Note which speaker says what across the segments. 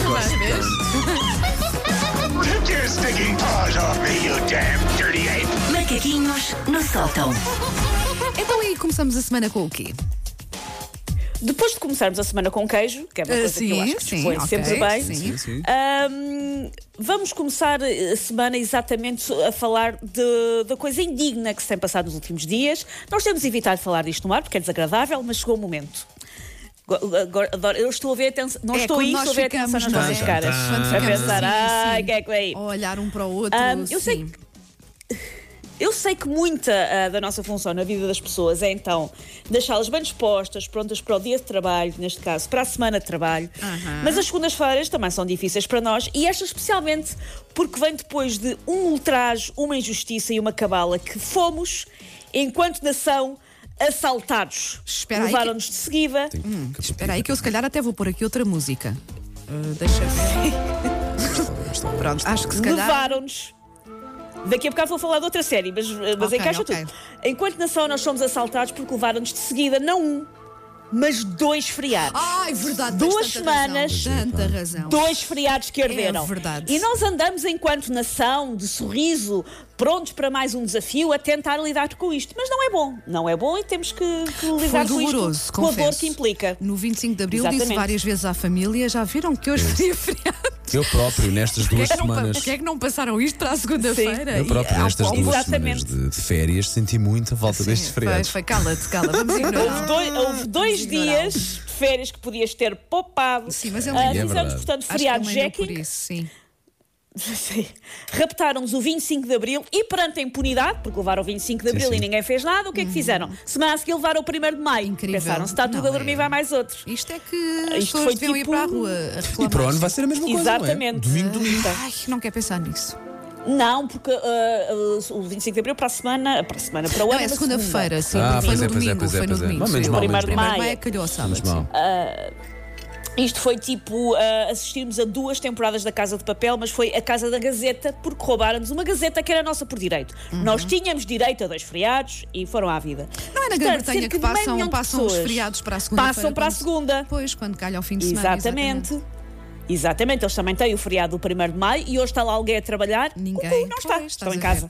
Speaker 1: gosto
Speaker 2: às vezes.
Speaker 3: Take your stinking paws off me, you damn dirty ape!
Speaker 4: Macaquinhos no sótão.
Speaker 2: Então aí começamos a semana com o quê?
Speaker 5: Depois de começarmos a semana com queijo, que é uma
Speaker 2: Ah,
Speaker 5: coisa que
Speaker 2: sim,
Speaker 5: eu acho que
Speaker 2: sim,
Speaker 5: foi
Speaker 2: ok,
Speaker 5: sempre bem,
Speaker 2: sim.
Speaker 1: Sim, sim.
Speaker 5: ahm, vamos começar a semana exatamente so- a falar de- da coisa indigna que se tem passado nos últimos dias. Nós temos evitado falar disto no ar porque é desagradável, mas chegou o momento. Go- agora- adoro- eu estou a ver a tensão, não
Speaker 2: É,
Speaker 5: estou
Speaker 2: quando
Speaker 5: aí,
Speaker 2: nós
Speaker 5: estou a ver a tensão nas
Speaker 2: ficamos, não
Speaker 5: nossas
Speaker 2: é?
Speaker 5: caras.
Speaker 2: Quando
Speaker 5: A
Speaker 2: ficamos
Speaker 5: pensar,
Speaker 2: assim,
Speaker 5: ai,
Speaker 2: sim.
Speaker 5: o que é que vem?
Speaker 2: A olhar um para o outro.
Speaker 5: Ahm, eu sei
Speaker 2: sim.
Speaker 5: que. Eu sei que muita ah, da nossa função na vida das pessoas é então deixá-las bem dispostas, prontas para o dia de trabalho, neste caso para a semana de trabalho.
Speaker 2: Aham.
Speaker 5: Mas as segundas-feiras também são difíceis para nós e esta especialmente porque vem depois de um ultraje, uma injustiça e uma cabala que fomos, enquanto nação, assaltados.
Speaker 2: Espera aí que-
Speaker 5: Levaram-nos de seguida.
Speaker 2: Hum, Espera aí que eu se calhar até vou pôr aqui outra música. Ah, deixa eu ver. Pronto, acho que se calhar.
Speaker 5: levaram-nos. Daqui a bocado vou falar de outra série, mas, eh, mas
Speaker 2: Ok,
Speaker 5: encaixa
Speaker 2: ok.
Speaker 5: tudo. Enquanto nação, nós somos assaltados porque levaram-nos de seguida, não um, mas dois feriados.
Speaker 2: Ai, verdade, tens
Speaker 5: Duas
Speaker 2: tanta razão,
Speaker 5: semanas.
Speaker 2: Tanta razão.
Speaker 5: Dois feriados que arderam.
Speaker 2: É verdade.
Speaker 5: E nós andamos, enquanto nação, de sorriso, prontos para mais um desafio, a tentar lidar com isto. Mas não é bom. Não é bom e temos que, que
Speaker 2: Foi
Speaker 5: lidar com
Speaker 2: doloroso,
Speaker 5: isto. Com a
Speaker 2: confesso.
Speaker 5: dor que implica.
Speaker 2: No 25 de Abril disse
Speaker 5: Exatamente.
Speaker 2: várias vezes à família: já viram que hoje seria feriado?
Speaker 1: Eu próprio, nestas duas
Speaker 2: Porquê que não pa-
Speaker 1: semanas.
Speaker 2: Porquê é que não passaram isto para a segunda-feira?
Speaker 1: Eu próprio,
Speaker 2: E- ao
Speaker 1: nestas
Speaker 2: ponto-
Speaker 1: duas
Speaker 5: Exatamente.
Speaker 1: semanas de, de férias, senti muito a volta
Speaker 2: Sim,
Speaker 1: destes
Speaker 2: foi,
Speaker 1: feriados.
Speaker 2: É, foi, cala-te, cala, vamos
Speaker 5: Houve
Speaker 2: ignorar.
Speaker 5: dois, houve dois
Speaker 2: ignorar.
Speaker 5: dias de férias que podias ter poupado.
Speaker 2: Sim, mas ele-
Speaker 5: Ah,
Speaker 2: É
Speaker 5: fizemos,
Speaker 1: verdade.
Speaker 5: portanto,
Speaker 2: Acho que ele
Speaker 5: feriado
Speaker 2: mandou por
Speaker 5: jacking.
Speaker 2: isso, sim.
Speaker 5: Sim. Raptaram-nos o 25 de Abril e perante a impunidade, porque levaram o 25 de Abril
Speaker 1: sim.
Speaker 5: e ninguém fez nada, o que é que fizeram? Semana a seguir levaram o 1 de Maio.
Speaker 2: Uhum. Incrível.
Speaker 5: Pensaram, se está tudo
Speaker 2: Não,
Speaker 5: a dormir,
Speaker 2: é-
Speaker 5: vai mais outro.
Speaker 2: Isto é que as
Speaker 5: Isto
Speaker 2: pessoas
Speaker 5: foi
Speaker 2: deviam ir
Speaker 5: tipo-
Speaker 2: para a rua a reclamar.
Speaker 1: E para o ano vai ser a mesma coisa. não é?
Speaker 5: Exatamente. Então,
Speaker 1: Domingo, domingo.
Speaker 2: Ai, não quero pensar nisso.
Speaker 5: Não, porque ah, ah, o 25 de Abril para a semana, para a semana, para o
Speaker 2: Não,
Speaker 5: ano.
Speaker 2: é
Speaker 5: na
Speaker 2: segunda-feira, sim.
Speaker 1: Ah,
Speaker 2: foi
Speaker 1: pois
Speaker 2: no
Speaker 1: é, pois é,
Speaker 2: domingo,
Speaker 1: pois é,
Speaker 2: foi no
Speaker 1: pois é.
Speaker 2: domingo.
Speaker 1: Mas menos
Speaker 2: sim.
Speaker 1: mal,
Speaker 5: Primeiro
Speaker 1: menos
Speaker 5: de
Speaker 1: mal.
Speaker 2: Primeiro
Speaker 5: Maio.
Speaker 2: é calhou ao sábado.
Speaker 1: Menos mal.
Speaker 5: Ah, Isto foi tipo ah, assistirmos a duas temporadas da Casa de Papel, mas foi a Casa da Gazeta, porque roubaram-nos uma gazeta que era nossa por direito. Nós tínhamos direito a dois feriados e foram à vida.
Speaker 2: Uhum. Não é na
Speaker 5: Portanto,
Speaker 2: Grã-Bretanha
Speaker 5: cerca
Speaker 2: que
Speaker 5: de meio
Speaker 2: passam,
Speaker 5: milhão de
Speaker 2: passam os
Speaker 5: um pessoas
Speaker 2: feriados para a segunda
Speaker 5: Passam para a segunda.
Speaker 2: Depois, quando calha ao fim de semana.
Speaker 5: Exatamente. Exatamente, eles também têm o feriado do 1 de maio e hoje está lá alguém a trabalhar.
Speaker 2: Ninguém.
Speaker 5: Cucu, não está,
Speaker 2: Pois, estás
Speaker 5: estão em
Speaker 2: a ver.
Speaker 5: casa.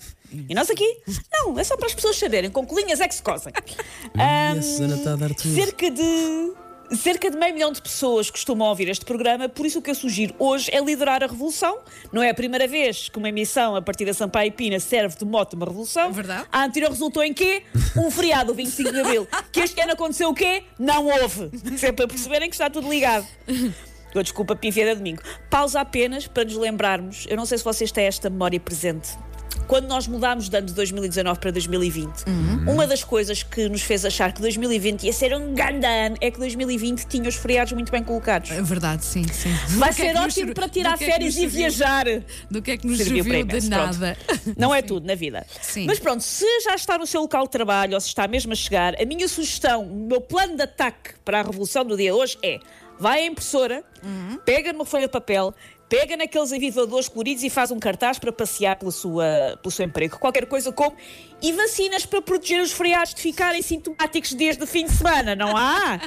Speaker 5: E nós aqui? Não, é só para as pessoas saberem, com colinhas é que se cozem.
Speaker 1: E
Speaker 5: ah,
Speaker 1: a Susana está a dar tudo.
Speaker 5: Cerca de. Cerca de meio milhão de pessoas costumam ouvir este programa, por isso o que eu sugiro hoje é liderar a revolução. Não é a primeira vez que uma emissão a partir da Sampaio e Pina serve de mote uma revolução.
Speaker 2: Verdade.
Speaker 5: A anterior resultou em quê? Um feriado, o 25 de Abril. que este ano aconteceu o quê? Não houve. Isso é para perceberem que está tudo ligado. Eu, desculpa, pívia de domingo. Pausa apenas para nos lembrarmos. Eu não sei se vocês têm esta memória presente. Quando nós mudámos de ano de 2019 para 2020,
Speaker 2: Uhum.
Speaker 5: uma das coisas que nos fez achar que 2020 ia ser um grande ano é que 2020 tinha os feriados muito bem colocados.
Speaker 2: É verdade, sim, sim.
Speaker 5: Vai
Speaker 2: Do que é
Speaker 5: ser
Speaker 2: que nos
Speaker 5: ótimo
Speaker 2: servi-
Speaker 5: para
Speaker 2: do
Speaker 5: tirar
Speaker 2: que é que
Speaker 5: férias
Speaker 2: nos
Speaker 5: e
Speaker 2: serviu-
Speaker 5: viajar.
Speaker 2: Do que é que nos
Speaker 5: Serviu
Speaker 2: serviu,
Speaker 5: para
Speaker 2: de
Speaker 5: imenso,
Speaker 2: nada?
Speaker 5: Não é tudo na vida.
Speaker 2: Sim.
Speaker 5: Mas pronto, se já está no seu local de trabalho ou se está mesmo a chegar, a minha sugestão, o meu plano de ataque para a revolução do dia hoje é: vai à impressora,
Speaker 2: Uhum.
Speaker 5: pega numa folha de papel. Pega naqueles avivadores coloridos e faz um cartaz para passear pela sua, pelo seu emprego. Qualquer coisa como. E vacinas para proteger os feriados de ficarem sintomáticos desde o fim de semana, não há?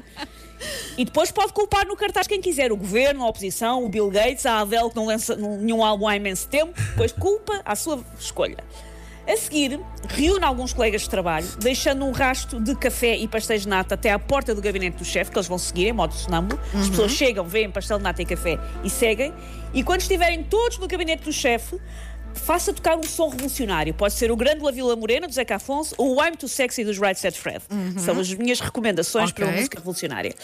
Speaker 5: E depois pode culpar no cartaz quem quiser, o governo, a oposição, o Bill Gates, a Adele que não lança nenhum álbum há imenso tempo, depois culpa à sua escolha. A seguir, reúne alguns colegas de trabalho, deixando um rasto de café e pastéis de nata até à porta do gabinete do chefe, que eles vão seguir em modo sonâmbulo. As pessoas chegam, veem pastel de nata e café e seguem. E quando estiverem todos no gabinete do chefe, faça tocar um som revolucionário. Pode ser o Grande La Vila Morena, do Zeca Afonso, ou o I'm Too Sexy, dos Right Said Fred. São as minhas recomendações para um
Speaker 2: Ok.
Speaker 5: uma música revolucionária.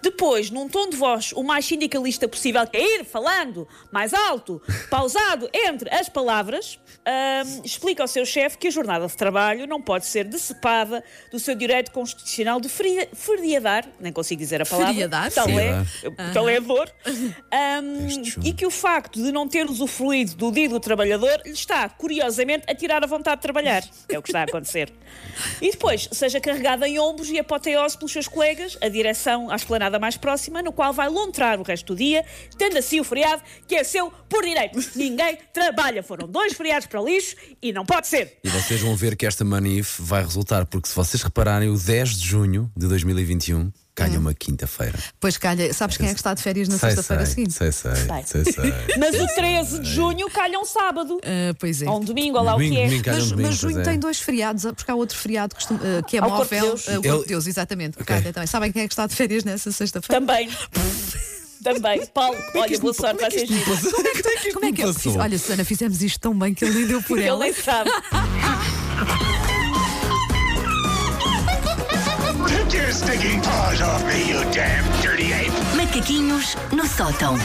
Speaker 5: Depois, num tom de voz o mais sindicalista possível, que é ir falando mais alto, pausado entre as palavras, ahm, explica ao seu chefe que a jornada de trabalho não pode ser decepada do seu direito constitucional de feria- feriadar, nem consigo dizer a palavra.
Speaker 2: Feriadar?
Speaker 5: Tal é,
Speaker 2: Feriadar.
Speaker 5: tal é a dor. Ahm,
Speaker 1: Teste junto.
Speaker 5: Hum, e que o facto de não ter usufruído do dia do trabalhador lhe está, curiosamente, a tirar a vontade de trabalhar. É o que está a acontecer. E depois, seja carregada em ombros e apoteose pelos seus colegas, a direção à esplanada mais próxima, no qual vai lontrar o resto do dia, tendo assim o feriado, que é seu por direito. Ninguém trabalha. Foram dois feriados para o lixo e não pode ser.
Speaker 1: E vocês vão ver que esta manif vai resultar, porque se vocês repararem, o 10 de junho de 2021 Calha uma quinta-feira.
Speaker 2: Pois calha, sabes Hum. quem é que está de férias na
Speaker 1: Sei,
Speaker 2: sexta-feira
Speaker 1: sei,
Speaker 2: seguinte?
Speaker 1: sei, sei,
Speaker 5: Vai.
Speaker 1: sei, sei.
Speaker 5: Mas o 13 de junho calha um sábado.
Speaker 2: Ah, pois é.
Speaker 5: Ou um domingo, ou lá
Speaker 1: Domingo,
Speaker 5: o que é.
Speaker 1: domingo, calha um
Speaker 2: Mas,
Speaker 1: domingo,
Speaker 2: mas junho
Speaker 1: pois é.
Speaker 2: tem dois feriados, porque há outro feriado que, costuma- eh, que é
Speaker 5: Ao Corpo de
Speaker 2: móvel.
Speaker 5: Deus.
Speaker 2: eh, o Corpo
Speaker 1: Ele-
Speaker 2: de Deus, exatamente. Calha também. Sabem quem é que está de férias nessa sexta-feira?
Speaker 5: Também. Também. Paulo,
Speaker 1: é
Speaker 2: é
Speaker 5: olha, boa sorte, vai ser giro.
Speaker 2: Como é que, como é que eu
Speaker 1: passou?
Speaker 2: fiz? Olha, Susana, fizemos isto tão bem que ele nem deu por
Speaker 5: Ele
Speaker 2: ela.
Speaker 5: nem sabe.
Speaker 3: Take your stinking paws off me, you damn dirty ape!
Speaker 4: Macaquinhos no sótão.